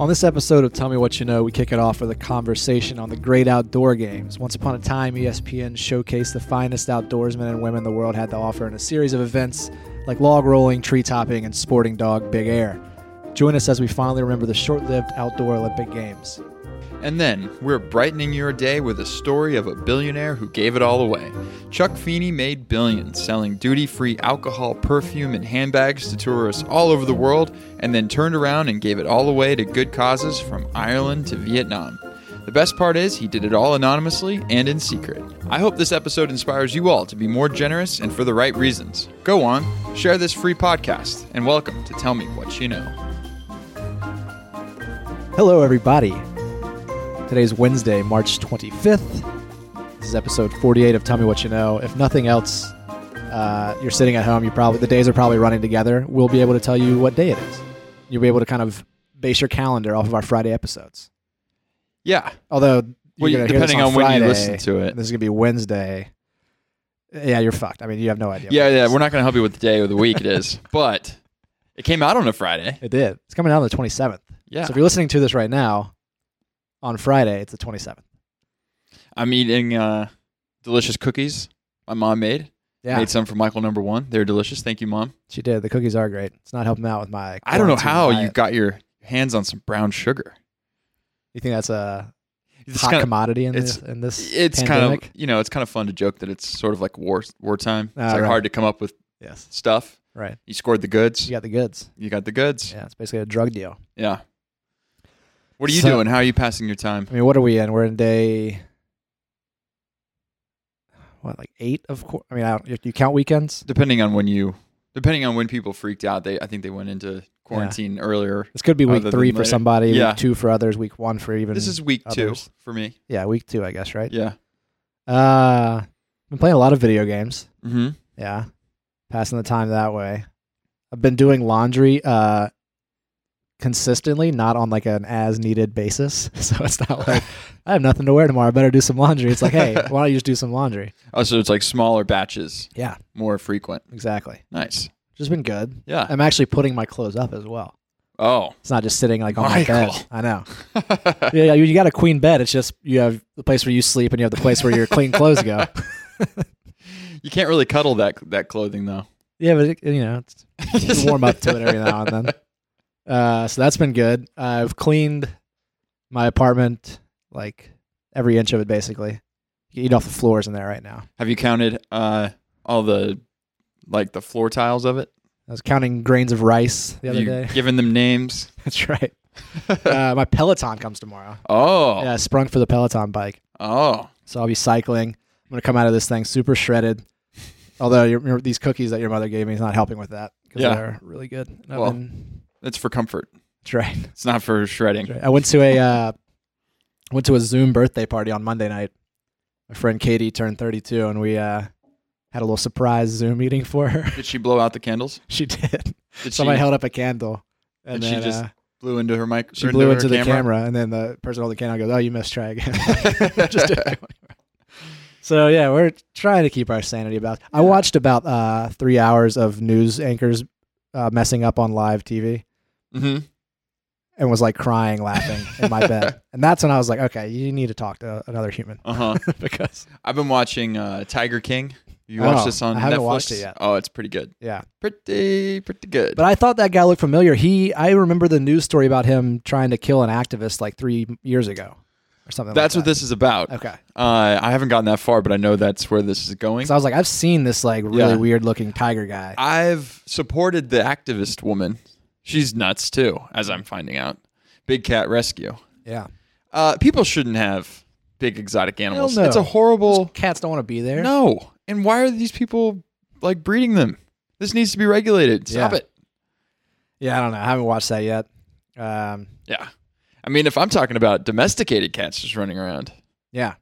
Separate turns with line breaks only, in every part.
On this episode of Tell Me What You Know, we kick it off with a conversation on the great outdoor games. Once upon a time, E ESPN showcased the finest outdoorsmen and women the world had to offer in a series of events like log rolling, tree topping, and sporting dog Big Air. Join us as we finally remember the short lived outdoor Olympic Games.
And then, we're brightening your day with a story of a billionaire who gave it all away. Chuck Feeney made billions selling duty free alcohol, perfume, and handbags to tourists all over the world, and then turned around and gave it all away to good causes from Ireland to Vietnam. The best part is, he did it all anonymously and in secret. I hope this episode inspires you all to be more generous and for the right reasons. Go on, share this free podcast, and welcome to Tell Me What You Know.
Hello, everybody. Today's Wednesday, March 25th. This is episode 48 of Tell Me What You Know. If nothing else, uh, you're sitting at home. You probably the days are probably running together. We'll be able to tell you what day it is. You'll be able to kind of base your calendar off of our Friday episodes.
Yeah,
Although,
Well,
you're gonna hear
depending
this
on when you
Friday,
listen to it.
this is gonna be Wednesday. Yeah, you're fucked. I mean, you have no idea.
Yeah,
what it
yeah.
is.
We're not going to help you with the day or the week it is, but it came out on a Friday.
It did. It's coming out on the 27th.
Yeah.
So if you're listening to this right now, on Friday, it's the 27th.
I'm eating uh, delicious cookies my mom made.
Yeah,
Made some for Michael number one. They're delicious. Thank you, mom.
she did. The cookies are great. It's not helping out with my.
I don't know
quarantine
how you
diet.
got your hands on some brown sugar.
You think that's a
It's
hot
kind of,
commodity in
it's-
this? In this,
it's kind
pandemic?
of you know, it's kind of fun to joke that it's sort of like war wartime.
Ah,
it's like
right.
hard to come up with
yes,
stuff.
right.
You scored the goods.
You got the goods.
You got the goods. Yeah.
Yeah, it's basically a drug deal.
What are you
So-
doing? How are you passing your time?
I mean, what are we in? We're in day. What like eight of course? I mean, I don't, you- you count weekends.
Depending on when you, depending on when people freaked out, they I think they went into quarantine earlier.
This could be week
Other than
three for
later.
somebody,
Yeah.
week two for others, week one for even.
This is week
others.
two for me.
yeah, week two, I guess, right?
Yeah.
Uh, been playing a lot of video games.
Mm-hmm.
Yeah, passing the time that way. I've been doing laundry uh, consistently, not on like an as needed basis. So it's not like I have nothing to wear tomorrow. I better do some laundry. It's like, hey, why don't you just do some laundry?
Oh, so it's like smaller batches.
Yeah.
More frequent.
Exactly.
Nice.
Which has been good.
Yeah.
I'm actually putting my clothes up as well.
Oh.
It's not just sitting like on my
Michael.
bed. I know. Yeah, yeah, you, you got a queen bed. It's just you have the place where you sleep and you have the place where your clean clothes go.
you can't really cuddle that that clothing though.
Yeah, but it, you know, it's You warm up to it every now and then. Uh, so that's been good. I've cleaned my apartment like every inch of it basically. You eat off the floors in there right now.
Have you counted uh all the like the floor tiles of it?
I was counting grains of rice the
Have
other
you
day.
Given them names.
That's right. Uh, my Peloton comes tomorrow.
Oh.
Yeah, I sprung for the Peloton bike.
Oh.
So I'll be cycling. I'm going to come out of this thing super shredded. Although your, your- these cookies that your mother gave me is not helping with that because
Yeah.
they're really good. And I've
Well.
been-
It's for comfort.
that's right.
It's not for shredding.
That's right. I went to a uh, went to a Zoom birthday party on Monday night. My friend Katie turned 32, and we uh, had a little surprise Zoom meeting for her.
Did she blow out the candles?
she did.
Did
Somebody
she
held up a candle, and,
And she
then,
just
uh,
blew into her mic?
she
or
blew
her
into the camera. and then the person holding the candle goes, "Oh, you missed. Try again." Just did that one. so yeah, we're trying to keep our sanity. About I watched about uh, three hours of news anchors uh, messing up on live TV.
hmm
and was like crying, laughing in my bed. And that's when I was like, okay, you need to talk to another human
Uh huh.
because
I've been watching uh, Tiger King. You watched
Oh,
this on
I haven't
Netflix?
watched it yet.
Oh, it's pretty good.
yeah.
Pretty, pretty good.
But I thought that guy looked familiar. He, I remember the news story about him trying to kill an activist like three years ago or something.
that's
like
what this is about.
that. Okay,
Uh, I haven't gotten that far, but I know that's where this is going.
so I was like, I've seen this like really
Yeah.
weird looking tiger guy.
I've supported the activist woman. She's nuts too, as I'm finding out. Big cat rescue.
yeah,
Uh, people shouldn't have big exotic animals.
no.
It's a horrible
cats don't want to be there.
no. And why are these people like breeding them? This needs to be regulated. Stop
Yeah.
it.
Yeah, I don't know. I haven't watched that yet. Um,
Yeah. I mean, if I'm talking about domesticated cats just running around,
yeah,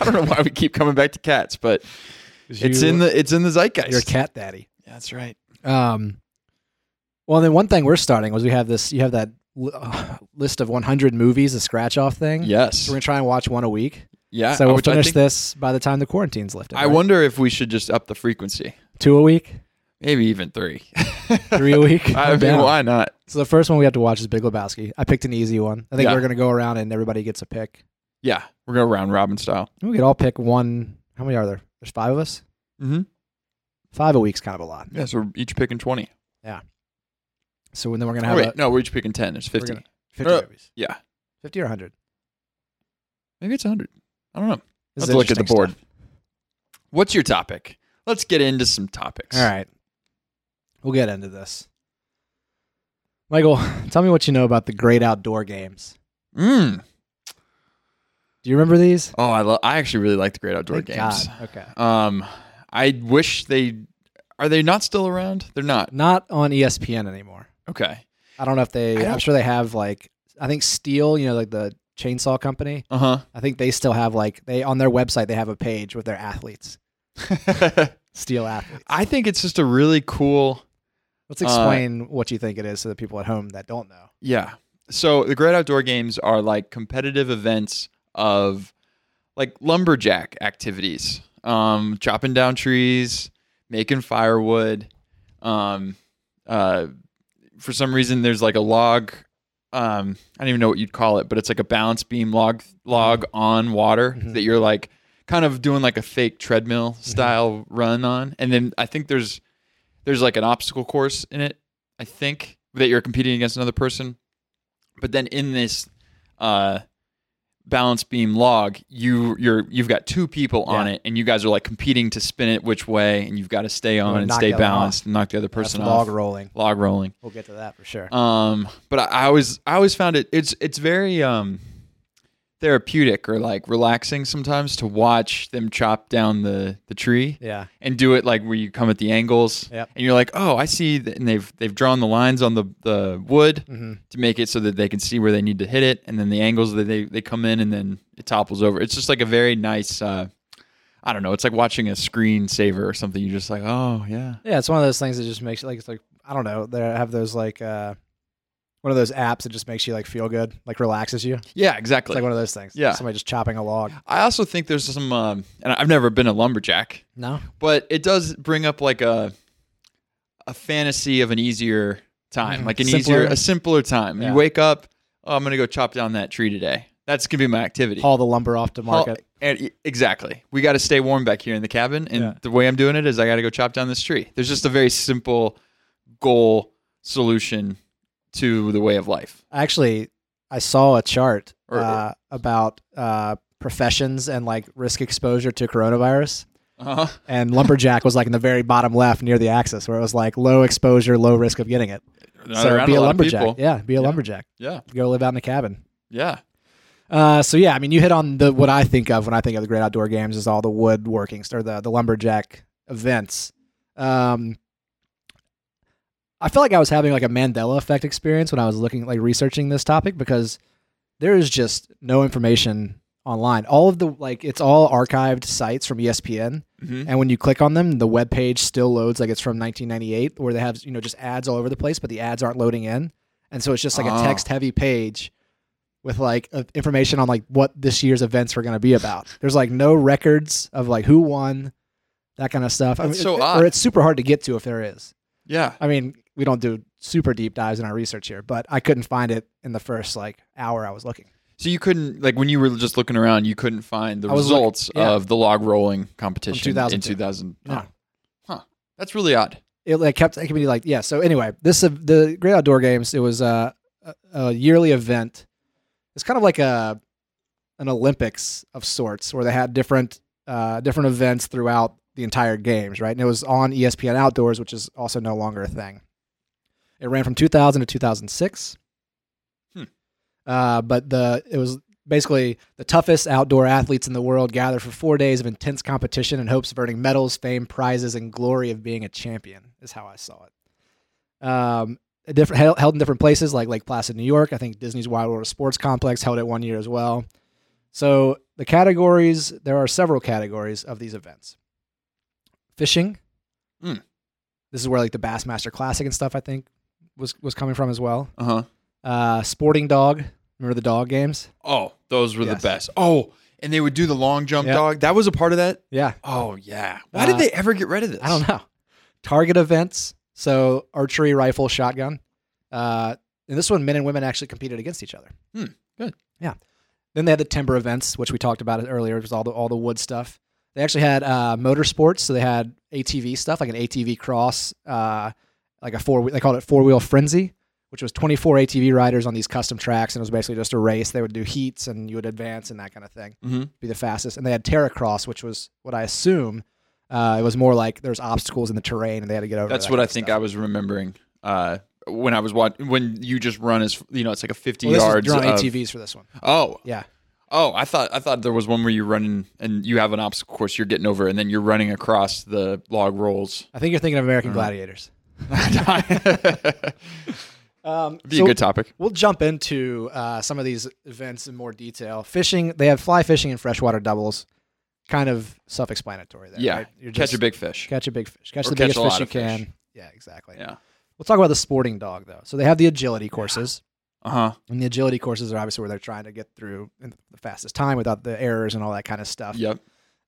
I don't know why we keep coming back to cats, but it's in the it's in the zeitgeist.
your cat daddy.
That's right.
Um, well, then one thing we're starting was we have this. You have that li- list of 100 movies, a scratch off thing.
Yes.
So we're gonna try and watch one a week.
Yeah. oh,
so we'll
which I
finish
think-
this by the time the quarantine's lifted.
I
right?
wonder if we should just up the frequency.
two a week.
maybe even three.
Three a week.
I
I'm
mean,
down.
why not?
So the first one we have to watch is Big Lebowski. I picked an easy one. I think
Yeah.
we're gonna go around and everybody gets a pick.
Yeah, we're gonna round robin style.
We could all pick one. How many are there? There's five of us.
Mm-hmm.
Five a week's kind of a lot.
Yeah, so we're each picking twenty.
So then we're gonna
Oh,
have
wait,
a-
no, we're each picking ten. It's
we're
fifty.
gonna- fifty
Uh,
movies.
Yeah,
Fifty or hundred.
maybe it's hundred. I don't know.
This is
Let's look at the
interesting
board.
stuff.
What's your topic? Let's get into some topics.
All right. We'll get into this. Michael, tell me what you know about the great outdoor games.
Mm.
Do you remember these?
Oh, I love. I actually really like the Great Outdoor
Thank
Games.
God. Okay.
Um, I wish they are they not still around. They're not.
Not on E ESPN anymore.
Okay.
I don't know if they.
I
I'm
don't-
sure they have like. I think Steel, you know, like the chainsaw company.
Uh huh.
I think they still have like they on their website they have a page with their athletes, Steel athletes.
I think it's just a really cool.
Let's
uh,
explain what you think it is to the people at home that don't know.
Yeah. So the Great Outdoor Games are like competitive events of like lumberjack activities, um, chopping down trees, making firewood. Um, uh, for some reason, there's like a log. Um, I don't even know what you'd call it, but it's like a balance beam log log on water
Mhm.
that you're like kind of doing like a fake treadmill style run on, and then I think there's there's like an obstacle course in it. I think that you're competing against another person, but then in this uh, balance beam log, you you're you've got two people on
Yeah.
it, and you guys are like competing to spin it which way, and you've got to stay on
wanna
and
knock
stay
the other one off.
balanced and knock the other
That's
person off.
log rolling.
Log rolling.
We'll get to that for sure.
Um, but I, I always I always found it it's it's very um therapeutic or like relaxing sometimes to watch them chop down the the tree
yeah.
and do it like where you come at the angles
Yep.
and you're like oh I see th- and they've they've drawn the lines on the the wood
hmm
to make it so that they can see where they need to hit it and then the angles that they they come in and then it topples over it's just like a very nice uh I don't know it's like watching a screensaver or something you're just like oh yeah
Yeah, it's one of those things that just makes you like it's like I don't know. They have those like uh, one of those apps that just makes you like feel good, like relaxes you. It's
yeah exactly
like one of those things.
Yeah.
somebody just chopping a log.
I also think there's some, um, and I've never been a lumberjack,
No,
but it does bring up like a a fantasy of an easier time,
Mhm.
like an
Simpler.
easier, a simpler time.
Yeah.
You wake up, oh, I'm gonna go chop down that tree today. That's gonna be my activity.
haul the lumber off to
Haul-
market.
and e- exactly, we got to stay warm back here in the cabin, and
Yeah.
the way I'm doing it is I got to go chop down this tree. There's just a very simple goal solution to the way of life.
Actually, I saw a chart
Or-
uh, about uh, professions and like risk exposure to coronavirus.
Uh-huh.
And lumberjack was like in the very bottom left near the axis, where it was like low exposure, low risk of getting it. so
Around
be a,
lot of
lumberjack.
people.
Yeah, be a
Yeah.
lumberjack.
Yeah,
Go live out in a cabin.
yeah,
Uh, so yeah, I mean, you hit on the what I think of when I think of the great outdoor games is all the woodworking st- or the the lumberjack events. Um, I felt like I was having like a Mandela effect experience when I was looking like researching this topic because there is just no information online. All of the like it's all archived sites from E ESPN,
Mhm.
and when you click on them, the web page still loads like it's from 1998, where they have you know just ads all over the place, but the ads aren't loading in, and so it's just like
Oh.
a text heavy page with like uh, information on like what this year's events were going to be about. There's like no records of like who won, that kind of stuff. I
That's
mean,
so
it-
odd.
Or it's super hard to get to if there is.
yeah.
I mean, we don't do super deep dives in our research here, but I couldn't find it in the first like hour I was looking.
So you couldn't like when you were just looking around, you couldn't find the
I was look-
results
yeah.
of the log rolling competition in
2002.
2000.
No.
Huh. Huh. That's really odd.
it like kept it could be like yeah. So anyway, this uh, the Great Outdoor Games. It was uh, a, a yearly event. It's kind of like a an Olympics of sorts, where they had different uh, different events throughout the entire games, right? And it was on E ESPN Outdoors, which is also no longer a thing. It ran from 2000 to 2006.
Hmm.
Uh, but the it was basically the toughest outdoor athletes in the world gathered for four days of intense competition in hopes of earning medals, fame, prizes, and glory of being a champion. Is how I saw it. Um, a different held, held in different places like Lake Placid, New York. I think Disney's Wild World of Sports Complex held it one year as well. So the categories there are several categories of these events. Fishing.
Hmm.
This is where like the Bassmaster Classic and stuff I think was was coming from as well.
Uh huh.
Uh, sporting dog. Remember the dog games?
Oh, those were
Yes.
the best. Oh, and they would do the long jump
Yeah.
dog. That was a part of that.
Yeah.
Oh yeah. Why
Uh,
did they ever get rid of this?
I don't know. Target events, so archery, rifle, shotgun. Uh, and this one, men and women actually competed against each other.
Hmm, good.
Yeah. Then they had the timber events, which we talked about earlier, which was all the all the wood stuff. They actually had uh, motorsports, so they had ATV stuff, like an ATV cross, uh, like a four. They called it four wheel frenzy, which was twenty four ATV riders on these custom tracks, and it was basically just a race. They would do heats, and you would advance and that kind of thing
Mhm.
be the fastest. And they had Terra Cross, which was what I assume uh, it was more like there's obstacles in the terrain and they had to get over.
That's
that
what
kind
I
of
think
stuff.
I was remembering uh, when I was watching. When you just run as you know, it's like a fifty
Well, this was-
yards.
You're on
of-
ATVs for this one.
Oh,
Yeah.
oh, I thought I thought there was one where you're running and you have an obstacle course you're getting over, and then you're running across the log rolls.
I think you're thinking of American
Mm-hmm.
Gladiators. Um,
Be
so
a good topic.
We'll jump into uh, some of these events in more detail. Fishing, they have fly fishing and freshwater doubles. Kind of self explanatory there.
Yeah,
right? You're
catch a
just-
big fish.
Catch a big fish. Catch
Or
the
catch
biggest
a lot
fish you
of fish.
can. Yeah, exactly.
Yeah.
We'll talk about the sporting dog, though. So they have the agility courses.
Uh huh.
And the agility courses are obviously where they're trying to get through in the fastest time without the errors and all that kind of stuff.
Yep.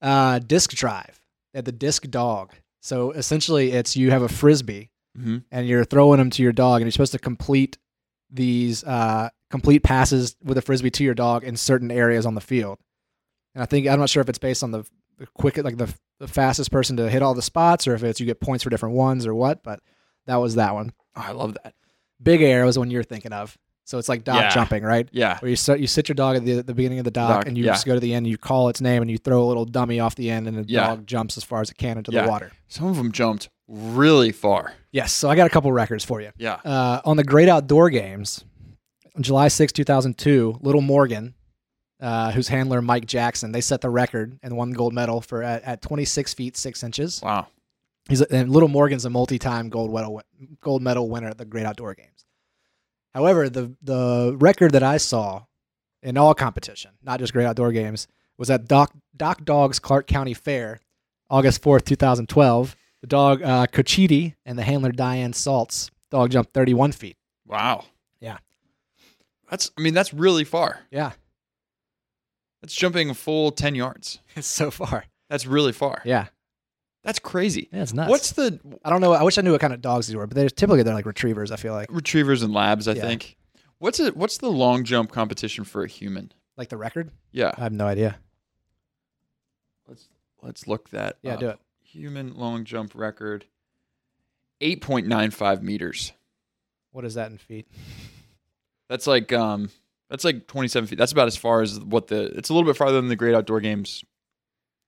Uh, disc drive at the disc dog. So essentially, it's you have a frisbee
hmm
and you're throwing them to your dog, and you're supposed to complete these uh, complete passes with a frisbee to your dog in certain areas on the field. And I think I'm not sure if it's based on the, the quick, like the, the fastest person to hit all the spots, or if it's you get points for different ones or what. But that was that one.
Oh, I love that.
Big air was the one you're thinking of. So it's like dog
Yeah.
jumping, right?
Yeah.
where you sit, you sit your dog at the, the beginning of the dock
Dock,
and you
yeah.
just go to the end and you call its name and you throw a little dummy off the end and the
Yeah.
dog jumps as far as it can into
Yeah.
the water.
Some of them jumped really far.
Yes, so I got a couple records for you.
Yeah.
Uh, on the Great Outdoor Games, on July 6, 2002, Little Morgan, uh, whose handler Mike Jackson, they set the record and won gold medal for at, at 26 feet 6 inches.
Wow.
He's a, and Little Morgan's a multi-time gold medal gold medal winner at the Great Outdoor Games. However, the the record that I saw in all competition, not just Great Outdoor Games, was at Doc Doc Dogs Clark County Fair, August fourth, two thousand twelve. The dog uh, Cochiti and the handler Diane Salts dog jumped thirty-one feet.
Wow.
Yeah.
That's. I mean, that's really far.
Yeah,
That's jumping a full ten yards.
so far.
That's really far.
Yeah,
That's crazy.
yeah, it's nuts.
What's the
I don't know. I wish I knew what kind of dogs these were, but they're typically they're like retrievers. I feel like
retrievers and labs? I
Yeah.
think. What's it? What's the long jump competition for a human?
like the record.
Yeah.
I have no idea.
Let's let's look that.
Yeah,
up.
do it.
Human long jump record, eight point nine five meters.
What is that in feet?
That's like um, that's like twenty seven feet. That's about as far as what the. It's a little bit farther than the Great Outdoor Games,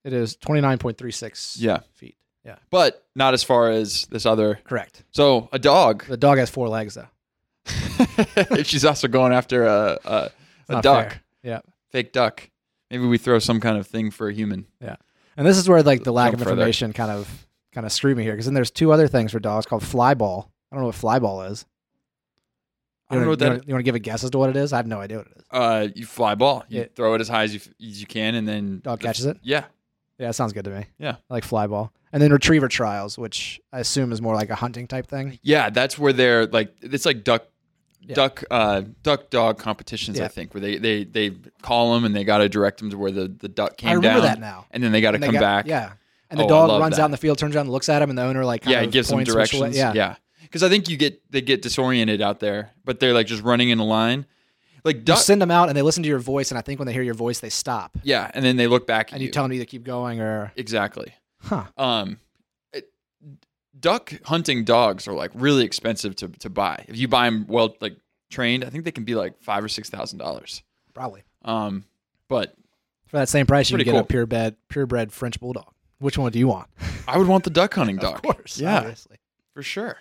It is twenty-nine point three six.
Yeah.
feet. Yeah,
but not as far as this other.
correct.
So a dog.
The dog has four legs though.
She's also going after a a, a
not
duck,
fair. Yeah.
fake duck. Maybe we throw some kind of thing for a human.
And this is where like the lack of
Jump further.
information kind of kind of screwed me here because then there's two other things for dogs called fly ball. I don't know what fly ball is.
I don't know what
You
that.
wanna- You want to give a guess as to what it is? I have no idea what it is.
Uh, you fly ball. You
Yeah.
throw it as high as you f- as you can, and then
Dog
the-
catches it.
Yeah,
Yeah, it sounds good to me.
Yeah.
I like fly ball, and then retriever trials, which I assume is more like a hunting type thing.
yeah. That's where they're like it's like duck,
Yeah.
duck, uh, duck dog competitions. I
Yeah.
think where they they they call them and they got to direct them to where the the duck came
I remember
down,
that now.
and then they got to
And they
come
got-
back.
Yeah. And the
Oh, I
dog
love
runs
that.
out in the field, turns around, and looks at him, and the owner like kind
yeah.
of
It gives them
points which way-
directions.
Yeah.
yeah. Because I think you get they get disoriented out there, but they're like just running in a line, like
You
duck.
send them out, and they listen to your voice, and I think when they hear your voice, they stop,
yeah, and then they look back at
and you tell them to either keep going or
exactly.
huh.
um it- duck hunting dogs are like really expensive to, to buy if you buy them well like trained i think they can be like five or six thousand dollars
Probably
um but
for that same price, you
Pretty
can get
cool.
a purebred purebred French bulldog. Which one do you want?
i would want the duck hunting dog
Of course,
yeah
obviously.
for sure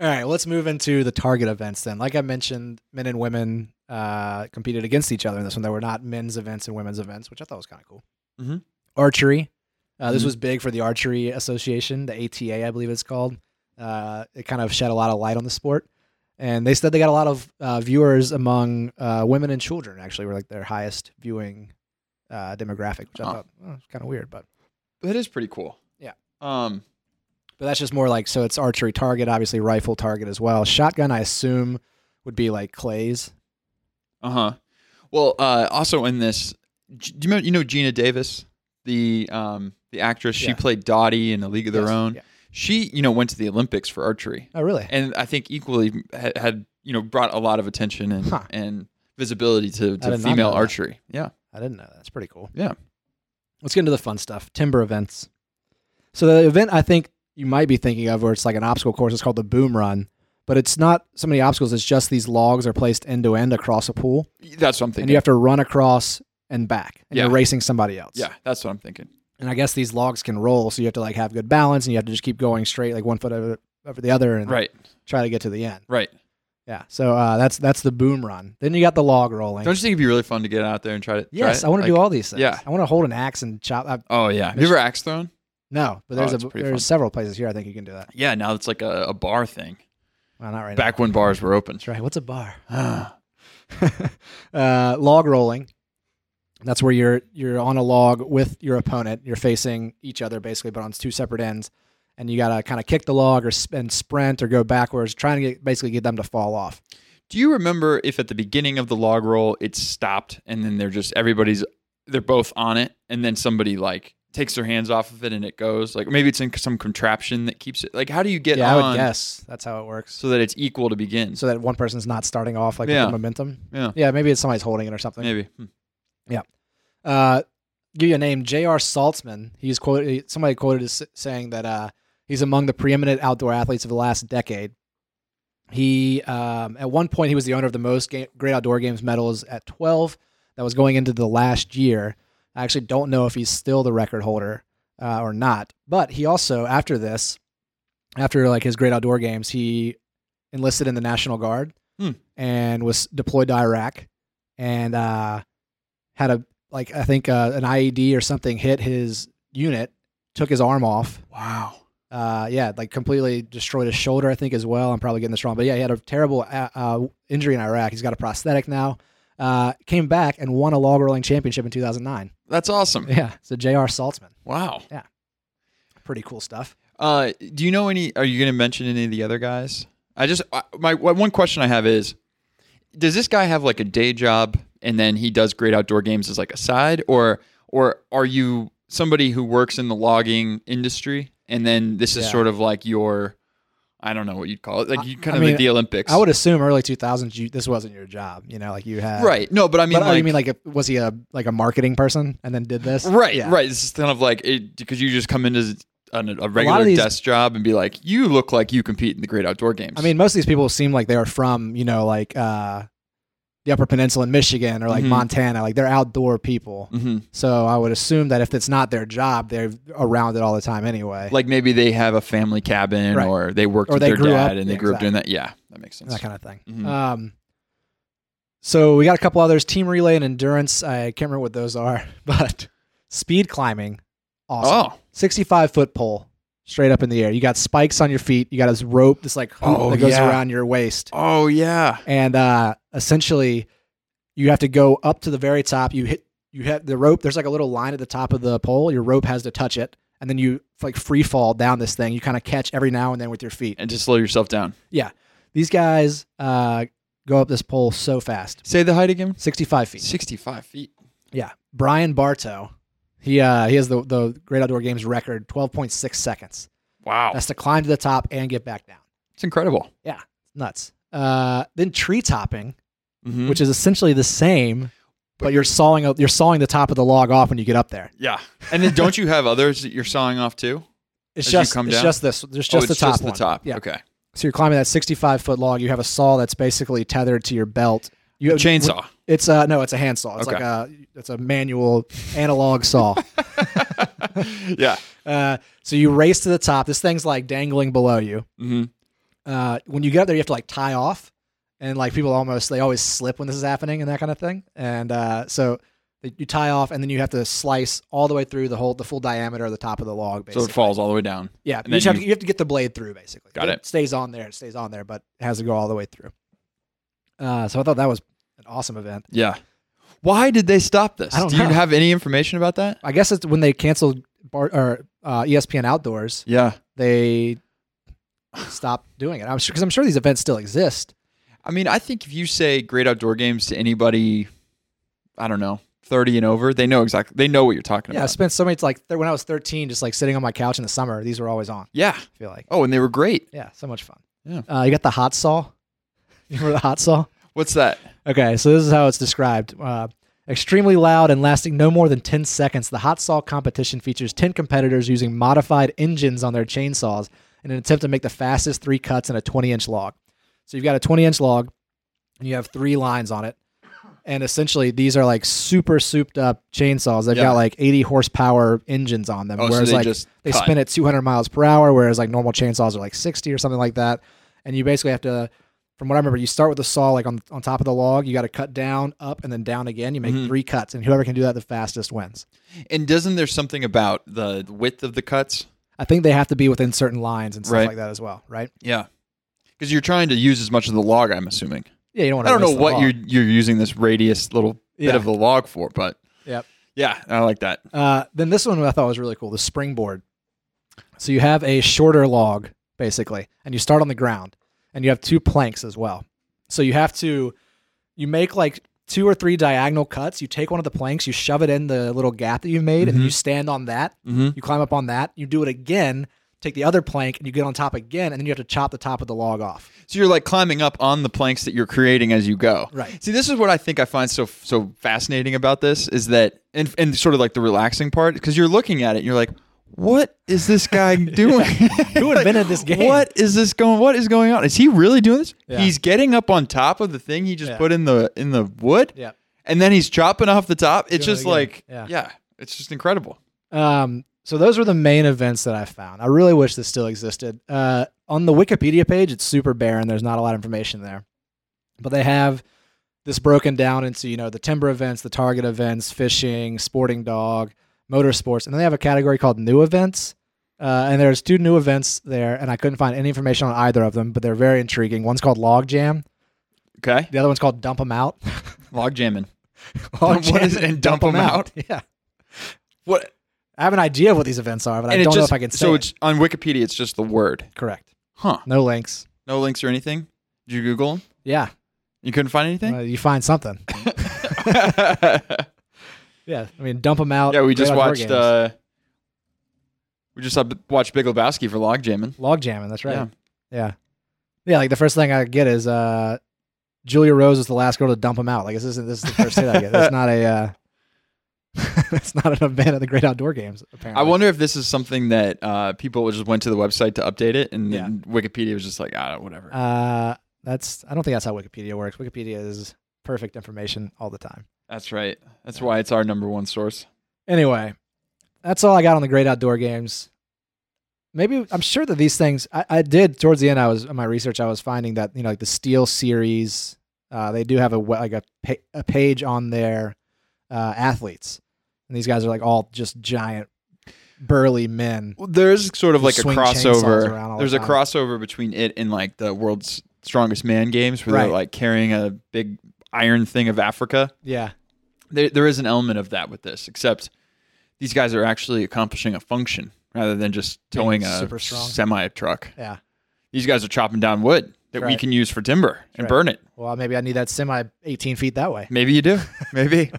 All right, let's move into the target events then. Like I mentioned, men and women uh, competed against each other in this one. There were not men's events and women's events, which I thought was kind of cool.
Mhm.
Archery. Uh, this
Mhm.
was big for the Archery Association, the ATA, I believe it's called. Uh, it kind of shed a lot of light on the sport. And they said they got a lot of uh, viewers among uh, women and children, actually, were like their highest viewing uh, demographic, which I
Huh.
thought oh, was kind of weird. But,
that is pretty cool
Yeah.
um
but that's just more like so it's archery target, obviously, rifle target as well. Shotgun, I assume, would be like clays.
uh-huh well uh also in this do you know you know gina davis the um the actress she
Yeah.
played dottie in a league of their
Yes,
own
yeah.
She, you know, went to the Olympics for archery,
Oh, really?
and I think equally had, had you know brought a lot of attention and
Huh.
and visibility to, to
did not
female
know that.
archery. Yeah,
I didn't know. that. That's pretty cool.
yeah.
Let's get into the fun stuff timber events. So, the event I think you might be thinking of where it's like an obstacle course, it's called the boom run, but it's not so many obstacles. It's just these logs are placed end to end across a pool,
That's what I'm
and
thinking.
you have to run across and back, and
Yeah.
you're racing somebody else.
yeah, that's what I'm thinking.
And I guess these logs can roll, so you have to like have good balance and you have to just keep going straight, like one foot over, over the other, and
Right,
try to get to the end.
right.
Yeah. So uh, that's that's the boom run. Then you got the log rolling.
Don't you think it'd be really fun to get out there and try to?
yes, I want to do all these things.
yeah.
I want to hold an axe and chop. I,
Oh yeah, have you ever axe thrown?
no, but
Oh,
there's
that's
a
pretty
there's
fun.
several places here. I think you can do that.
Yeah, now it's like a, a bar thing.
Well, not right now.
Back when bars were open.
That's right. What's a bar?
Ah,
uh, log rolling. That's where you're you're on a log with your opponent. You're facing each other basically, but on two separate ends, and you gotta kind of kick the log or sp- and sprint or go backwards, trying to get, basically get them to fall off.
Do you remember if at the beginning of the log roll it stopped and then they're just everybody's they're both on it and then somebody like takes their hands off of it and it goes like maybe it's in some contraption that keeps it like how do you get
yeah,
on
I would guess that's how it works.
so that it's equal to begin?
So that one person's not starting off like
Yeah.
with the momentum.
yeah,
Yeah, maybe it's somebody's holding it or something.
maybe. Hmm.
uh, give you a name, J.R. Saltzman. He's quoted. Somebody quoted as saying that uh, he's among the preeminent outdoor athletes of the last decade. He um, at one point he was the owner of the most ga- great outdoor games medals at twelve. That was going into the last year. I actually don't know if he's still the record holder uh, or not. But he also after this, after like his great outdoor games, he enlisted in the National Guard
Hmm.
and was deployed to Iraq and uh, had a like I think uh, an IED or something hit his unit, took his arm off.
Wow.
Uh, yeah, like completely destroyed his shoulder, I think as well. I'm probably getting this wrong, but yeah, he had a terrible uh, uh, injury in Iraq. He's got a prosthetic now. Uh, came back and won a log rolling championship in 2009.
That's awesome.
Yeah, so J.R. Saltzman,
Wow.
pretty cool stuff.
Uh, do you know any? Are you going to mention any of the other guys? I just I, my one question I have is, does this guy have like a day job and then he does great outdoor games as like a side, or or are you somebody who works in the logging industry and then this is
Yeah.
sort of like your, I don't know what you'd call it, like you kind
I
of like
mean,
the Olympics.
I would assume early 2000s, you, this wasn't your job. You know, like you had
right? No, but I mean,
but oh,
like,
you mean like a, was he a like a marketing person and then did this?
right,
Yeah.
right. This is kind of like it because you just come into an, a regular
of these-
desk job and be like, you look like you compete in the great outdoor games.
I mean, most of these people seem like they are from, you know, like uh, the Upper Peninsula in Michigan or like
Mhm.
Montana. Like they're outdoor people.
Mhm.
So I would assume that if it's not their job, they're around it all the time anyway.
like maybe they have a family cabin
Right.
or they worked
Or
with
they
their
grew
dad
up-
and they
yeah,
grew up doing that. Yeah, that makes sense.
that kind of thing.
Mhm.
Um, so we got a couple others team relay and endurance. I can't remember what those are, but speed climbing. Awesome.
Oh,
65 foot pole straight up in the air. You got spikes on your feet. You got this rope, this like hoop
Oh,
that goes
yeah.
around your waist.
oh yeah.
and uh, essentially you have to go up to the very top. You hit you hit the rope. There's like a little line at the top of the pole. Your rope has to touch it, and then you like free fall down this thing. You kind of catch every now and then with your feet.
And just slow yourself down.
These guys uh, go up this pole so fast,
Say the height again.
65 feet.
Sixty-five feet.
Yeah, Brian Bartow. He uh, he has the the Great Outdoor Games record, 12.6 seconds.
Wow,
That's to climb to the top and get back down.
it's incredible.
Nuts. Uh, then tree topping.
Mhm.
which is essentially the same, but,
But-
you're sawing up- you're sawing the top of the log off when you get up there.
yeah, and then don't you have others that you're sawing off too?
It's
As you
just
come
it's
down?
just this there's
Oh,
just the
it's
top
Just
one.
the top.
Yeah.
Okay.
So you're climbing that 65 foot log. You have a saw that's basically tethered to your belt. You
A chainsaw.
It's uh no, it's a handsaw. It's
Okay.
like a it's a manual analog saw.
yeah.
Uh, so you race to the top. This thing's like dangling below you.
hmm
Uh, when you get up there, you have to like tie off, and like people almost they always slip when this is happening and that kind of thing. And uh, so th- you tie off, and then you have to slice all the way through the whole the full diameter of the top of the log.
So
Basically,
it falls all the way down.
yeah,
and
you, just
then
have to,
you-
you have to get the blade through basically.
Got it.
Stays on there, it stays on there, but it has to go all the way through. Uh, so I thought that was an awesome event.
Yeah. Why did they stop this?
I don't
Do
know.
you have any information about that?
I guess it's when they canceled Bar- or uh, ESPN Outdoors,
Yeah.
they stopped doing it. I'm sure because I'm sure these events still exist.
I mean, I think if you say great outdoor games to anybody, I don't know, 30 and over, they know exactly, they know what you're talking
Yeah, I
about.
spent so many like th- when I was 13, just like sitting on my couch in the summer. These were always on.
Yeah.
I feel like
Oh, and they were great.
yeah, so much fun.
Yeah.
Uh, you got the hot saw. You remember the hot saw?
What's that?
Okay, so this is how it's described. Uh, extremely loud and lasting no more than 10 seconds, the hot saw competition features 10 competitors using modified engines on their chainsaws in an attempt to make the fastest three cuts in a 20 inch log. So you've got a 20 inch log and you have three lines on it. And essentially, these are like super souped up chainsaws. They've
Yeah.
got like 80 horsepower engines on them.
Oh, so
whereas
they
like
just
they
cut.
spin at 200 miles per hour, whereas like normal chainsaws are like 60 or something like that. And you basically have to, from what I remember, you start with the saw like on, on top of the log. You got to cut down, up, and then down again. You make
Mhm.
three cuts, and whoever can do that the fastest wins.
And doesn't there something about the width of the cuts?
I think they have to be within certain lines and stuff
Right.
like that as well, right?
Yeah. Because you're trying to use as much of the log, I'm assuming.
Yeah, you don't. want
I
to
don't know what you're you're using this radius little bit
Yeah.
of the log for, but
Yep.
yeah, I like that.
Uh, then this one I thought was really cool, the springboard. So you have a shorter log basically, and you start on the ground, and you have two planks as well. So you have to, you make like two or three diagonal cuts. You take one of the planks, you shove it in the little gap that you've made, and then you stand on that.
Mm-hmm.
You climb up on that. You do it again. Take the other plank, and you get on top again, and then you have to chop the top of the log off.
So you're like climbing up on the planks that you're creating as you go.
Right.
See, this is what I think I find so so fascinating about this is that and and sort of like the relaxing part because you're looking at it, and you're like, what is this guy doing?
Who invented this game?
What is this going? What is going on? Is he really doing this?
Yeah.
He's getting up on top of the thing he just
Yeah.
put in the in the wood,
Yeah.
and then he's chopping off the top. It's
Doing it
just
again.
like,
Yeah.
yeah, it's just incredible.
Um, so those were the main events that I found. I really wish this still existed. Uh, on the Wikipedia page, it's super barren. There's not a lot of information there, but they have this broken down into you know the timber events, the target events, fishing, sporting dog, motorsports, and then they have a category called new events. Uh, and there's two new events there, and I couldn't find any information on either of them, but they're very intriguing. One's called Log Jam,
Okay,
the other one's called Dump 'Em Out.
log jamming.
Log
Dump- what is it? And dump 'em
Yeah,
What?
I have an idea of what these events are, but I
it
don't know
just-
if I can say.
So
it.
it's on Wikipedia. It's just the word,
correct.
huh?
No links.
No links or anything. Did you Google 'em?
Yeah,
You couldn't find anything.
uh, you find something. Yeah, I mean, dump them out.
yeah, we
Great
just
outdoor
watched.
games.
uh We just up- watched Big Lebowski for log jamming.
log jamming. That's right.
Yeah.
Yeah. yeah, Like the first thing I get is uh, Julia Rose was the last girl to dump him out. Like this isn't this is the first hit I get. That's not a. Uh, that's not an event at the Great Outdoor Games. Apparently,
I wonder if this is something that uh, people just went to the website to update it, and
Yeah.
then Wikipedia was just like, ah, whatever.
Uh, that's. I don't think that's how Wikipedia works. Wikipedia is perfect information all the time.
That's right. That's why it's our number one source.
Anyway, that's all I got on the Great Outdoor Games. Maybe I'm sure that these things I, I did towards the end. I was in my research. I was finding that you know like the Steel series, uh, they do have a we- like a, pa- a page on their uh, athletes, and these guys are like all just giant, burly men.
Well, there's sort of
Just
like a
swing chainsaws around
crossover.
all
There's
the
a
time.
crossover between it and like the world's strongest man games, where
Right.
they're like carrying a big iron thing of Africa.
Yeah,
There, there is an element of that with this, except these guys are actually accomplishing a function rather than just
Being
towing a
super strong.
semi truck.
yeah.
These guys are chopping down wood that we
Right.
can use for timber and
right.
burn it.
Well, maybe I need that semi 18 feet that way.
Maybe you do. Maybe.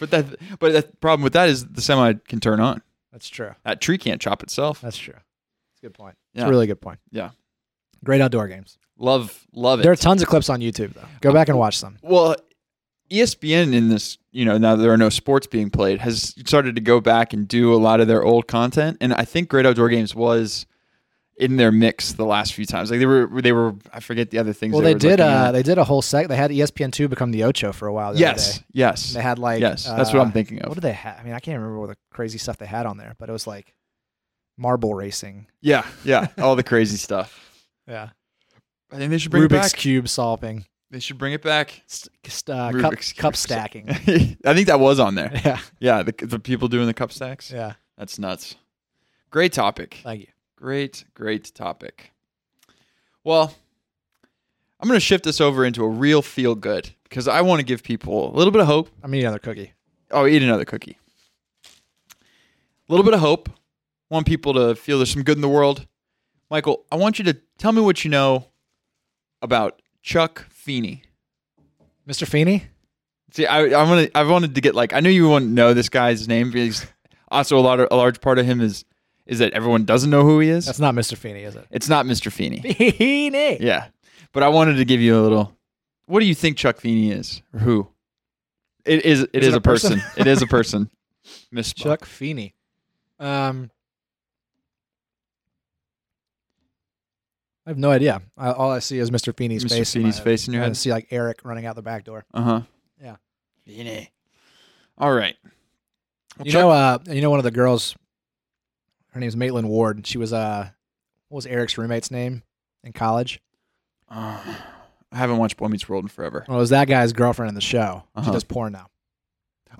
but that but the problem with that is the semi can turn on.
That's true.
That tree can't chop itself.
That's true. That's a good point. It's
Yeah.
a really good point.
Yeah.
Great Outdoor Games.
Love love it. Oh.
There are tons of clips on YouTube though. Go back and watch them.
well, E ESPN in this, you know, now there are no sports being played, has started to go back and do a lot of their old content and I think Great Outdoor Games was in their mix the last few times. Like they were they were I forget the other things
Well, they,
were
did.
looking
Uh,
at.
they did a whole sec. They had E ESPN two become the Ocho for a while. The Other
yes.
day.
Yes.
And They had like
yes. that's what
uh,
I'm thinking of.
What did they have? I mean, I can't remember what the crazy stuff they had on there, but it was like marble racing.
yeah. Yeah. All the crazy stuff.
Yeah.
I think they should bring it
Rubik's
back.
cube solving.
They should bring it back.
St- uh, cup,
Rubik's cube
cup
sol-
stacking.
I think that was on there.
yeah.
Yeah, the, the people doing the cup stacks.
Yeah.
That's nuts. Great topic.
Thank you.
Great, great topic. Well, I'm going to shift this over into a real feel good because I want to give people a little bit of hope.
I'm eating another cookie.
Oh, eat another cookie. A little bit of hope. Want people to feel there's some good in the world. Michael, I want you to tell me what you know about Chuck Feeney.
Mr. Feeney?
See, I I want to I wanted to get like I knew you wouldn't know this guy's name because also a lot of, a large part of him is is that everyone doesn't know who he is.
That's not Mr. Feeney, is it?
it's not Mr. Feeney.
Feeney.
Yeah. But I wanted to give you a little What do you think Chuck Feeney is? Or who? It is it is, a person. it is a person. Miss Buck.
Chuck Feeney. Um, I have no idea. I, all I see is Mr. Feeney's
Mr.
face. in my
Feeney's
head.
face in your
I
head?
see like Eric running out the back door.
Uh-huh.
Yeah.
Feeney. All right. Well,
you
Chuck-
know, uh, you know, one of the girls. Her name's Maitland Ward. and She was uh, what was Eric's roommate's name in college?
Uh, I haven't watched Boy Meets World in forever.
Well, it was that guy's girlfriend in the show.
Uh-huh.
She does porn now.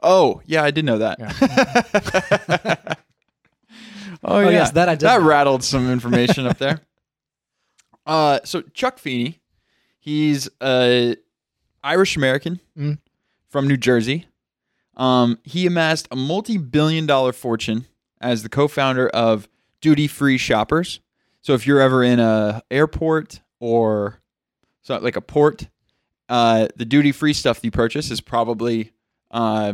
Oh, yeah, I did know that. oh, yeah.
yes, that I did
That
know.
rattled some information up there. Uh, so Chuck Feeney, he's a Irish American
Mm.
from New Jersey. Um, he amassed a multi-billion-dollar fortune as the co-founder of Duty Free Shoppers. So if you're ever in a airport or so like a port, uh, the duty free stuff you purchase is probably uh,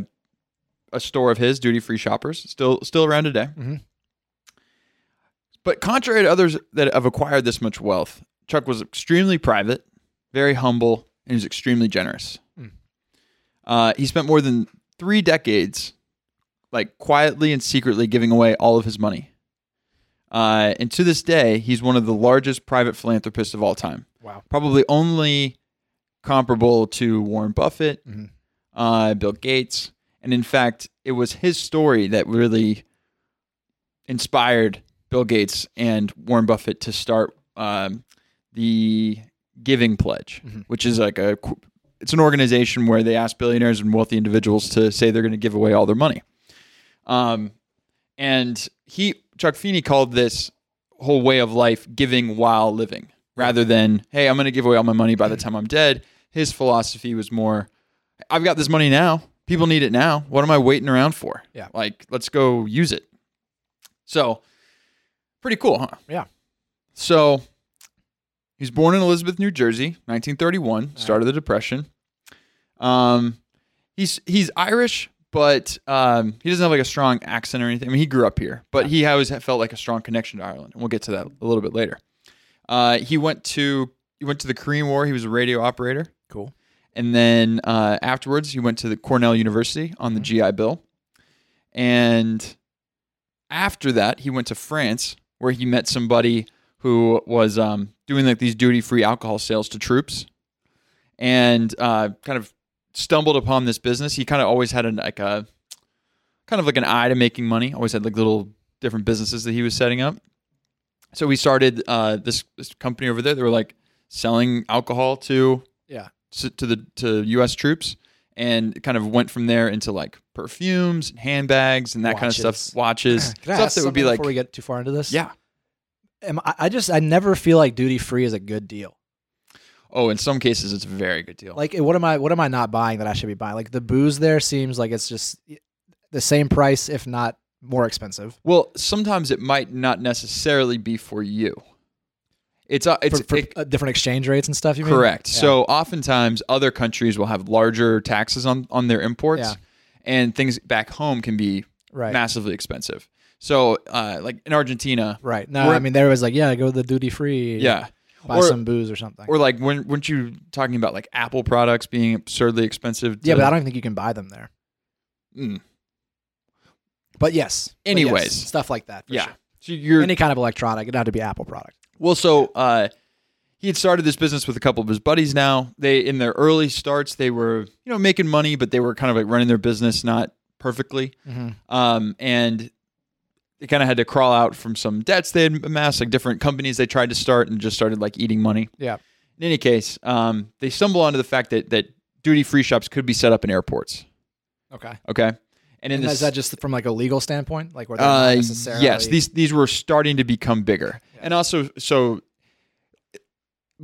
a store of his, Duty Free Shoppers, still still around today.
Mhm.
But contrary to others that have acquired this much wealth, Chuck was extremely private, very humble, and he was extremely generous.
Mm.
Uh, he spent more than three decades, like quietly and secretly, giving away all of his money. Uh, and to this day, he's one of the largest private philanthropists of all time
Wow.
probably only comparable to Warren Buffett,
Mhm.
uh, Bill Gates, and in fact, it was his story that really inspired Bill Gates and Warren Buffett to start um, the Giving Pledge,
Mhm.
which is like a qu- it's an organization where they ask billionaires and wealthy individuals to say they're going to give away all their money. Um, and he Chuck Feeney called this whole way of life giving while living rather than hey i'm going to give away all my money by the time i'm dead his philosophy was more i've got this money now people need it now what am i waiting around for
Yeah.
like let's go use it so pretty cool huh
Yeah.
so he was born in elizabeth new jersey 1931 start of the depression um he's he's irish but um, he doesn't have like a strong accent or anything. I mean, he grew up here, but he always felt like a strong connection to Ireland. And we'll get to that a little bit later. Uh, he went to he went to the Korean War. He was a radio operator,
Cool.
and then uh, afterwards he went to the Cornell University on the GI Bill, and after that he went to France where he met somebody who was um, doing like these duty free alcohol sales to troops, and uh, kind of stumbled upon this business. He kind of always had an like a kind of like an eye to making money. Always had like little different businesses that he was setting up so we started uh, this this company over there. They were like selling alcohol to
Yeah.
to to the to U.S. troops, and it kind of went from there into like perfumes, and handbags, and that kind of
Watches.
stuff. Watches,
Can I
stuff
ask
that would be
something
like
before we get too far into this?
yeah.
Am I, I just I never feel like duty free is a good deal.
Oh, in some cases, it's a very good deal.
Like what am I what am I not buying that I should be buying? Like the booze there seems like it's just the same price, if not more expensive.
well, sometimes it might not necessarily be for you. It's uh, it's
for, for
it-
uh, different exchange rates and stuff. You mean?
Correct.
Yeah.
So oftentimes other countries will have larger taxes on on their imports,
Yeah.
and things back home can be
Right.
massively expensive. So uh, like in Argentina,
right. No,
We're-
I mean there was like yeah, go to the duty free.
yeah,
buy
or
some booze or something.
or like when weren't you talking about like Apple products being absurdly expensive? to-
yeah, but I don't think you can buy them there.
Mm,
But yes. But yes,
Anyways.
stuff like that. For
yeah.
sure.
So you're
Any kind of electronic, it had to be Apple product.
Well, so uh, he had started this business with a couple of his buddies. Now they, in their early starts, they were you know making money, but they were kind of like running their business not perfectly,
Mhm.
um, and they kind of had to crawl out from some debts they had amassed, like different companies they tried to start, and just started like eating money.
Yeah.
In any case, um, they stumble onto the fact that that duty free shops could be set up in airports.
Okay.
Okay, and in
And
this,
is that just from like a legal standpoint, like where they're
uh,
not necessarily
yes these these were starting to become bigger and also so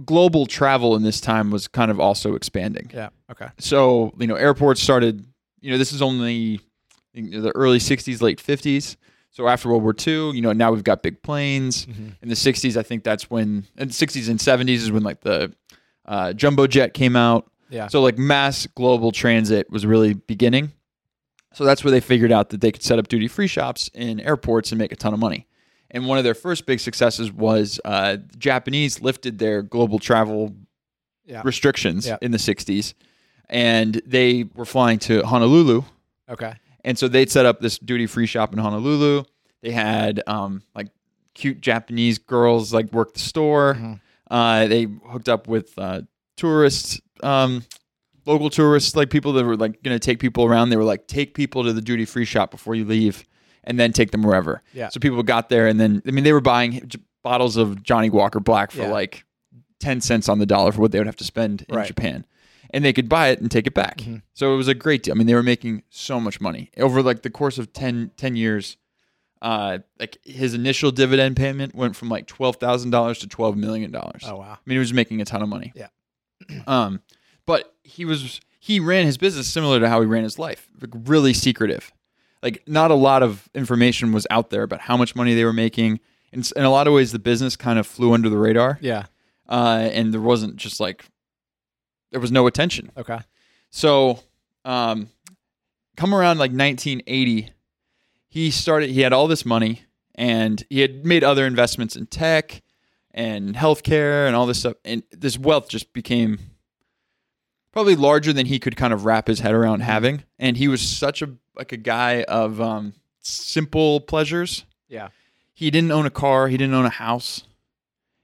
global travel in this time was kind of also expanding
Yeah. Okay.
so you know airports started you know this is only you know, the early 60s late 50s so after world war ii you know now we've got big planes in the 60s i think that's when in 60s and 70s is when like the uh, jumbo jet came out
Yeah.
So like mass global transit was really beginning. So that's where they figured out that they could set up duty free shops in airports and make a ton of money. And one of their first big successes was uh, the Japanese lifted their global travel
Yeah.
restrictions
Yeah.
in the 60s. And they were flying to Honolulu,
Okay.
and so they'd set up this duty free shop in Honolulu. They had um, like cute Japanese girls like work the store.
Mhm.
Uh, they hooked up with uh, tourists, um, local tourists, like people that were like going to take people around. They were like, take people to the duty free shop before you leave, and then take them wherever.
Yeah.
So people got there, and then I mean they were buying j- bottles of Johnny Walker Black for
Yeah.
like ten cents on the dollar for what they would have to spend in
Right.
Japan and they could buy it and take it back.
Mhm.
So it was a great deal. I mean, they were making so much money over like the course of 10, 10 years. Uh, like his initial dividend payment went from like twelve thousand dollars to twelve million dollars.
Oh wow.
I mean, he was making a ton of money.
Yeah.
um, but he was he ran his business similar to how he ran his life, like really secretive. Like not a lot of information was out there about how much money they were making. In, s- in a lot of ways, the business kind of flew under the radar,
Yeah.
uh, and there wasn't just like there was no attention.
Okay.
So, um, come around like 1980, he started. He had all this money, and he had made other investments in tech and healthcare and all this stuff. And this wealth just became probably larger than he could kind of wrap his head around having. And he was such a like a guy of um, simple pleasures.
Yeah.
He didn't own a car. He didn't own a house.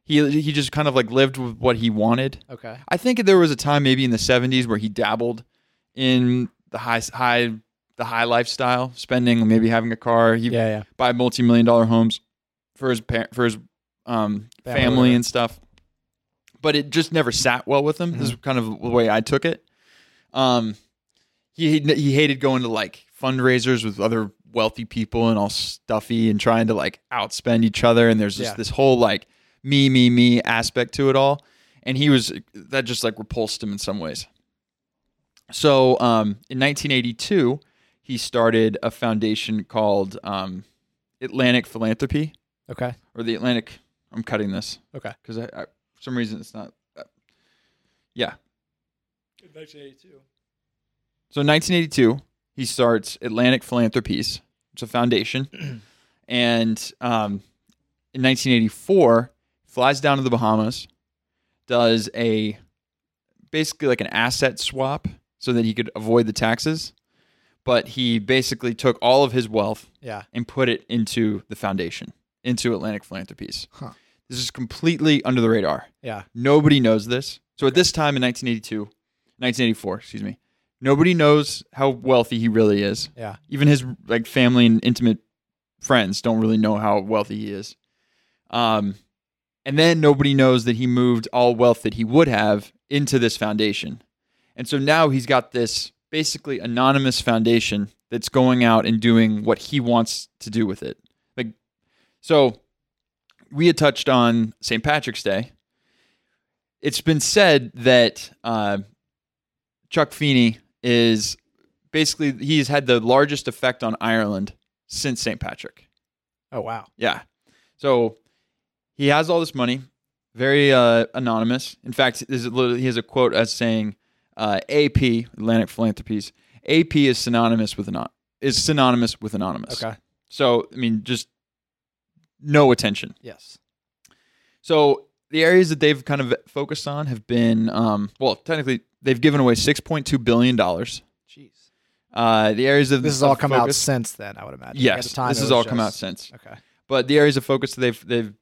He he just kind of like lived with what he wanted.
Okay.
I think there was a time maybe in the 70s where he dabbled in the high high the high lifestyle, spending maybe having a car, he
Yeah. Yeah.
buy multi-million dollar homes for his par- for his um,
Family,
family,
right.
and stuff. But it just never sat well with him. This
Mm-hmm.
is kind of the way I took it. Um, he he hated going to like fundraisers with other wealthy people and all stuffy and trying to like outspend each other. And there's just
Yeah.
this whole like me me me aspect to it all. And he was that just like repulsed him in some ways. So um, in 1982, he started a foundation called um, Atlantic Philanthropy
Okay.
or the Atlantic. I'm cutting this
Okay.
because I, I, for some reason it's not. Uh, yeah. So in 1982, he starts Atlantic Philanthropies. It's a foundation, and um, in 1984, flies down to the Bahamas, does a basically like an asset swap so that he could avoid the taxes. But he basically took all of his wealth
Yeah.
and put it into the foundation, into Atlantic Philanthropies.
Huh.
This is completely under the radar.
Yeah.
Nobody knows this. So at this time in 1982, 1984, excuse me, nobody knows how wealthy he really is.
Yeah.
Even his like family and intimate friends don't really know how wealthy he is. Um, and then nobody knows that he moved all wealth that he would have into this foundation. And so now he's got this basically anonymous foundation that's going out and doing what he wants to do with it. Like, so we had touched on St. Patrick's Day. It's been said that uh, Chuck Feeney is basically he's had the largest effect on Ireland since St. Patrick.
Oh wow.
Yeah. So he has all this money, very uh, anonymous. In fact, there's a little, he has a quote as saying, uh, "AP Atlantic Philanthropies AP is synonymous with anon- is synonymous with anonymous."
Okay.
So I mean, just no attention.
Yes.
So the areas that they've kind of focused on have been, um, well, technically they've given away six point two billion dollars.
Jeez.
Uh, the areas of
This has all come out
focus,
since then, I would imagine. At
Yes,
the time,
this
it
has
was
all come out
just-
since.
Okay.
But the areas of focus that they've they've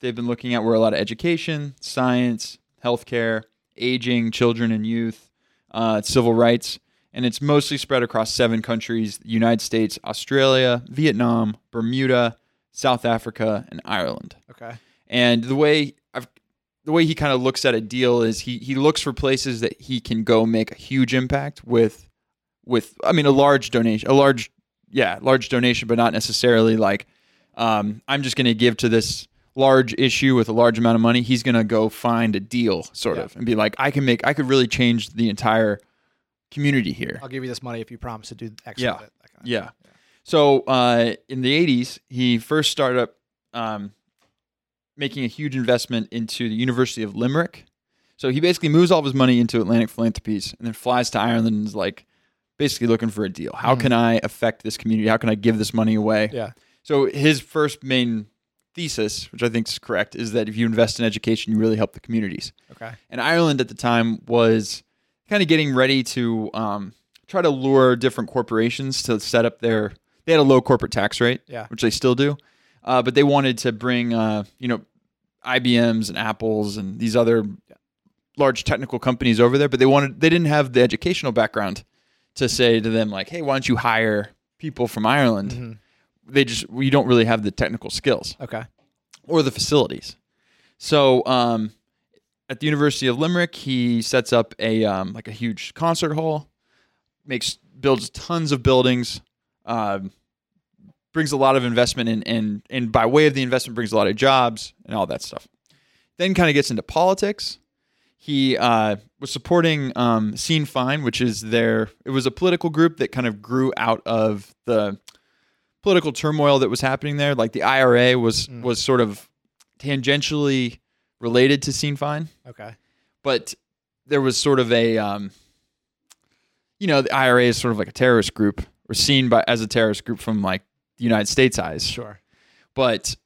they've been looking at were a lot of education, science, healthcare, aging, children and youth, uh, civil rights, and it's mostly spread across seven countries: the United States, Australia, Vietnam, Bermuda, South Africa, and Ireland.
Okay.
And the way I've, the way he kind of looks at a deal is he he looks for places that he can go make a huge impact with with I mean a large donation, a large yeah, large donation, but not necessarily like um, I'm just going to give to this large issue with a large amount of money. He's going to go find a deal sort
Yeah.
of and be like I can make I could really change the entire community here.
I'll give you this money if you promise to do X
Yeah.
with it. that kind of-
Yeah. So uh, in the 80s, he first started up um, making a huge investment into the University of Limerick. So he basically moves all of his money into Atlantic Philanthropies and then flies to Ireland and is like basically looking for a deal. How can I affect this community? How can I give this money away?
Yeah.
So his first main thesis, which I think is correct, is that if you invest in education, you really help the communities.
Okay.
And Ireland at the time was kind of getting ready to um, try to lure different corporations to set up their. They had a low corporate tax rate,
Yeah.
which they still do, uh, but they wanted to bring uh, you know IBMs and Apples and these other large technical companies over there, but they wanted they didn't have the educational background to say to them like, hey, why don't you hire people from Ireland? They just you don't really have the technical skills
Okay.
or the facilities. So um, at the University of Limerick, he sets up a um, like a huge concert hall, makes builds tons of buildings, um, brings a lot of investment in, and and by way of the investment brings a lot of jobs and all that stuff. Then kind of gets into politics. He uh, was supporting um, Scene Fine, which is their it was a political group that kind of grew out of the political turmoil that was happening there. Like the IRA was was sort of tangentially related to Scene Fine,
Okay.
but there was sort of a, um, you know, the IRA is sort of like a terrorist group or seen by as a terrorist group from like the United States eyes
Sure.
but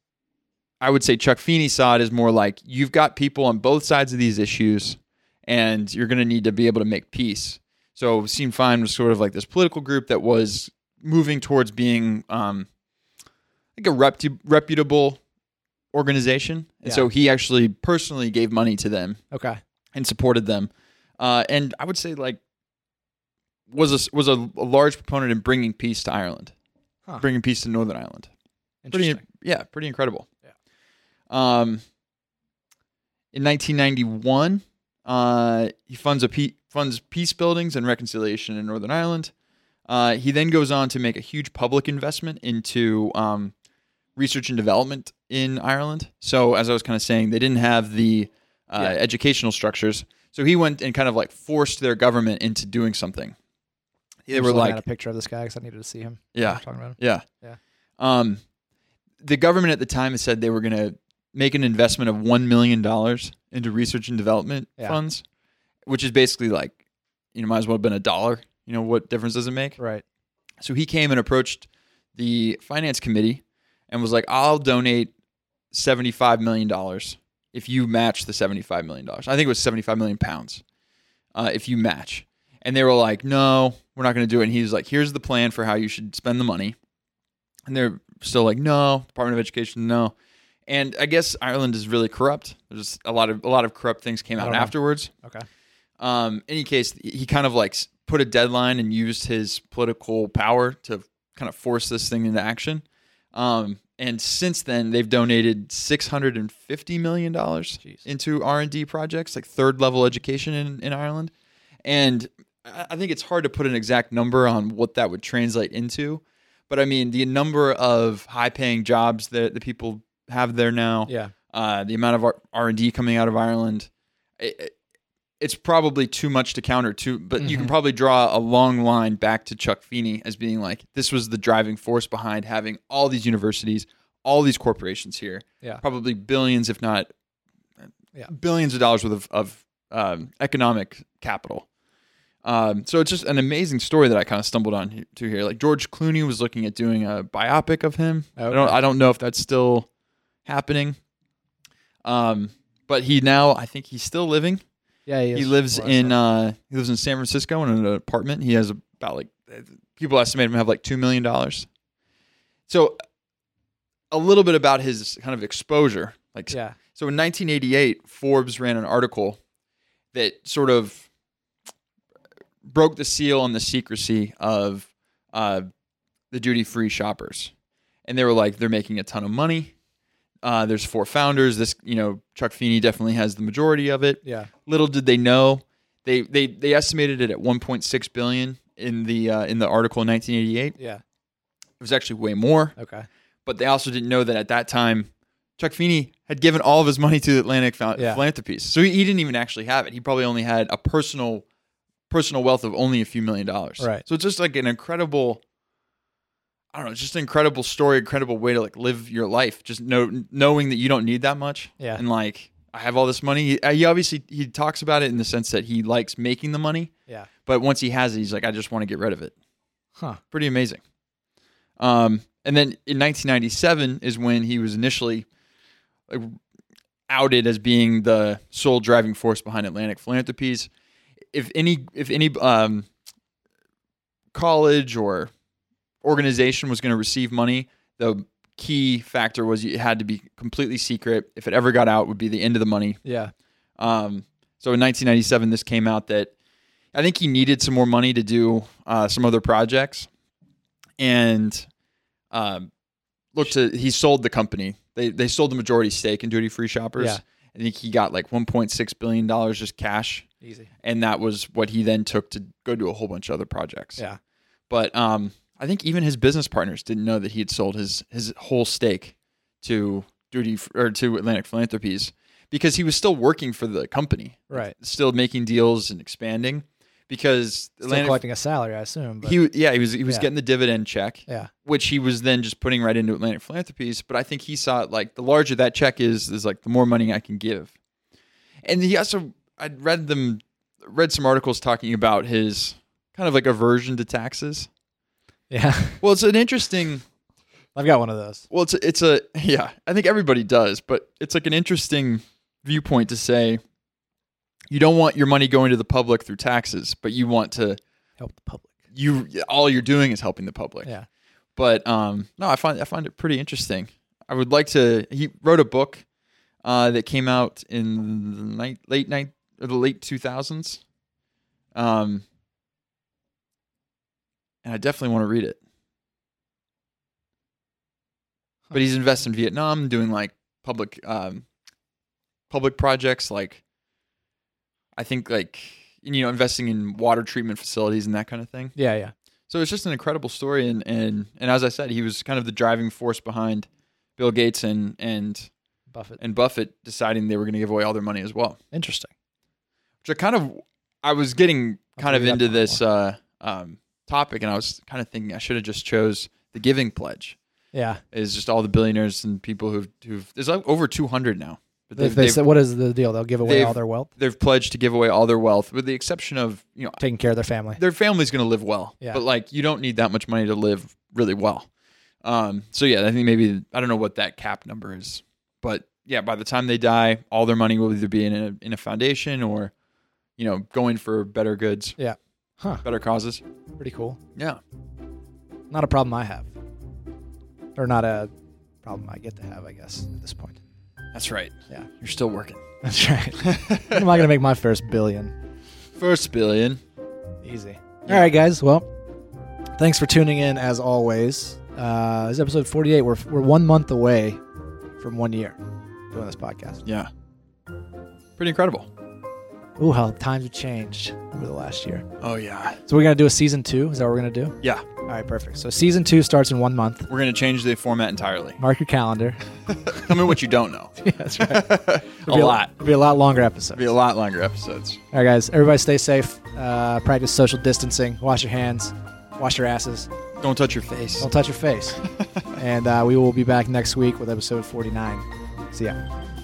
I would say Chuck Feeney saw it as more like you've got people on both sides of these issues, and you're going to need to be able to make peace. So Seem Fine was sort of like this political group that was moving towards being um, like a repu- reputable organization, and
Yeah.
so he actually personally gave money to them
Okay.
and supported them. Uh, and I would say like was a, was a, a large proponent in bringing peace to Ireland,
Huh.
bringing peace to Northern Ireland
Interesting.
pretty yeah pretty incredible
Yeah.
um in 1991 uh he funds a pe- funds peace buildings and reconciliation in northern ireland uh he then goes on to make a huge public investment into um research and development in ireland so as i was kind of saying they didn't have the uh,
Yeah.
educational structures so he went and kind of like forced their government into doing something they
I'm
were
just looking
like
at a picture of this guy because I needed to see him.
yeah
We're talking about him.
yeah.
Yeah.
Um, the government at the time has said they were going to make an investment of $1 million into research and development
Yeah.
funds, which is basically like, you know, might as well have been a dollar. You know, what difference does it make?
Right.
So he came and approached the finance committee and was like, I'll donate $75 million if you match the $75 million. I think it was 75 million pounds uh, if you match. And they were like, no, we're not going to do it. And he's like, here's the plan for how you should spend the money. And they're still like, no, Department of Education, no. And I guess Ireland is really corrupt. There's a lot of a lot of corrupt things came
I
out
don't know.
afterwards.
Okay.
Um, any case, he kind of like s- put a deadline and used his political power to kind of force this thing into action. Um, and since then, they've donated six hundred and fifty million dollars into R and D projects, like third level education in, in Ireland. And I I think it's hard to put an exact number on what that would translate into, but I mean the number of high paying jobs that the people have there now
Yeah.
uh, the amount of R and D coming out of Ireland, it, it- it's probably too much to counter. Too, but you can
Mm-hmm.
probably draw a long line back to Chuck Feeney as being like this was the driving force behind having all these universities, all these corporations here.
Yeah.
probably billions, if not
Yeah.
billions of dollars worth of, of um, economic capital. Um, so it's just an amazing story that I kind of stumbled on he- to here. Like George Clooney was looking at doing a biopic of him. I don't,
Okay.
I don't know if that's still happening. Um, but he now, I think he's still living.
Yeah. He,
He
is.
lives
Well, I
in
saw.
uh, he lives in San Francisco in an apartment. He has about like people estimate him to have like two million dollars. So, a little bit about his kind of exposure. Like,
yeah.
so in 1988, Forbes ran an article that sort of broke the seal on the secrecy of uh, the duty free shoppers. And they were like, they're making a ton of money. Uh, there's four founders. This, you know, Chuck Feeney definitely has the majority of it.
Yeah.
Little did they know, they they they estimated it at 1.6 billion in the uh, in the article in 1988. It
Yeah.
was actually way more
Okay.
but they also didn't know that at that time Chuck Feeney had given all of his money to the Atlantic Phil-
Yeah.
Philanthropies. So he, he didn't even actually have it. He probably only had a personal personal wealth of only a few million dollars.
Right.
So it's just like an incredible I don't know, it's just an incredible story, incredible way to like live your life. Just know knowing that you don't need that much.
Yeah.
And like I have all this money. He, he obviously he talks about it in the sense that he likes making the money,
Yeah.
but once he has it, he's like, I just want to get rid of it.
Huh.
Pretty amazing. Um, and then in 1997 is when he was initially like, outed as being the sole driving force behind Atlantic Philanthropies. If any, if any um, college or organization was going to receive money, the key factor was it had to be completely secret. If it ever got out, it would be the end of the money.
Yeah.
Um, so in 1997, this came out that I think he needed some more money to do uh, some other projects, and um, looked to he sold the company. They they sold the majority stake in duty free shoppers.
Yeah.
I think he got like 1.6 billion dollars just cash,
Easy.
and that was what he then took to go do a whole bunch of other projects.
Yeah.
But um, I think even his business partners didn't know that he had sold his his whole stake to duty or to Atlantic Philanthropies because he was still working for the company,
Right.
still making deals and expanding. Because
Still
Atlantic,
collecting a salary, I assume. But
he yeah he was he was
Yeah.
getting the dividend check,
yeah.
which he was then just putting right into Atlantic Philanthropies. But I think he saw it like the larger that check is, is like the more money I can give. And he also, I'd read them, read some articles talking about his kind of like aversion to taxes.
Yeah.
Well, it's an interesting.
I've got one of those.
Well, it's a, it's a yeah. I think everybody does, but it's like an interesting viewpoint to say you don't want your money going to the public through taxes, but you want to
Help the public.
you all you're doing is helping the public.
Yeah.
But um, no, I find I find it pretty interesting. I would like to. He wrote a book uh, that came out in the night, late night or the late two thousands. Um, and I definitely want to read it. But he's invested in Vietnam, doing like public um, public projects, like I think like you know investing in water treatment facilities and that kind of thing.
Yeah. Yeah.
So it's just an incredible story, and and and as I said, he was kind of the driving force behind Bill Gates and and
Buffett.
and Buffett deciding they were going to give away all their money as well.
Interesting.
Which I kind of I was getting
I'll
kind of
figure that
into
part
this uh, um, topic, and I was kind of thinking I should have just chose the Giving Pledge.
Yeah.
Is just all the billionaires and people who've who've there's like over 200 now. But
If they said, what is the deal? They'll give away
they've-
all their wealth,
they've pledged to give away all their wealth, with the exception of you know
taking care of their family.
their family's going to live well.
Yeah.
But like, you don't need that much money to live really well. Um, so yeah, I think maybe I don't know what that cap number is, but yeah, by the time they die, all their money will either be in a, in a foundation or, you know, going for better goods,
Yeah. Huh.
better causes.
Pretty cool.
Yeah.
Not a problem I have, or not a problem I get to have, I guess, at this point.
That's right.
Yeah.
You're still working.
That's right. when am I going to make my first billion?
First billion.
Easy.
Yeah.
All right, guys. Well, thanks for tuning in as always. Uh, this is episode 48. We're, we're one month away from one year doing this podcast.
Yeah. Pretty incredible.
Ooh, how times have changed over the last year.
Oh yeah.
So we're going to do a season two. Is that what we're going to do?
Yeah.
All right, perfect. So season two starts in one month.
We're going to change the format entirely.
Mark your calendar.
Tell me what you don't know.
yeah, that's right. It'll
a
be
lot.
It'll be a lot longer episode.
It'll be a lot longer episodes.
All right, guys. Everybody stay safe. Uh, practice social distancing. Wash your hands. Wash your asses.
Don't touch your face.
Don't touch your face. and uh, we will be back next week with episode 49. See ya.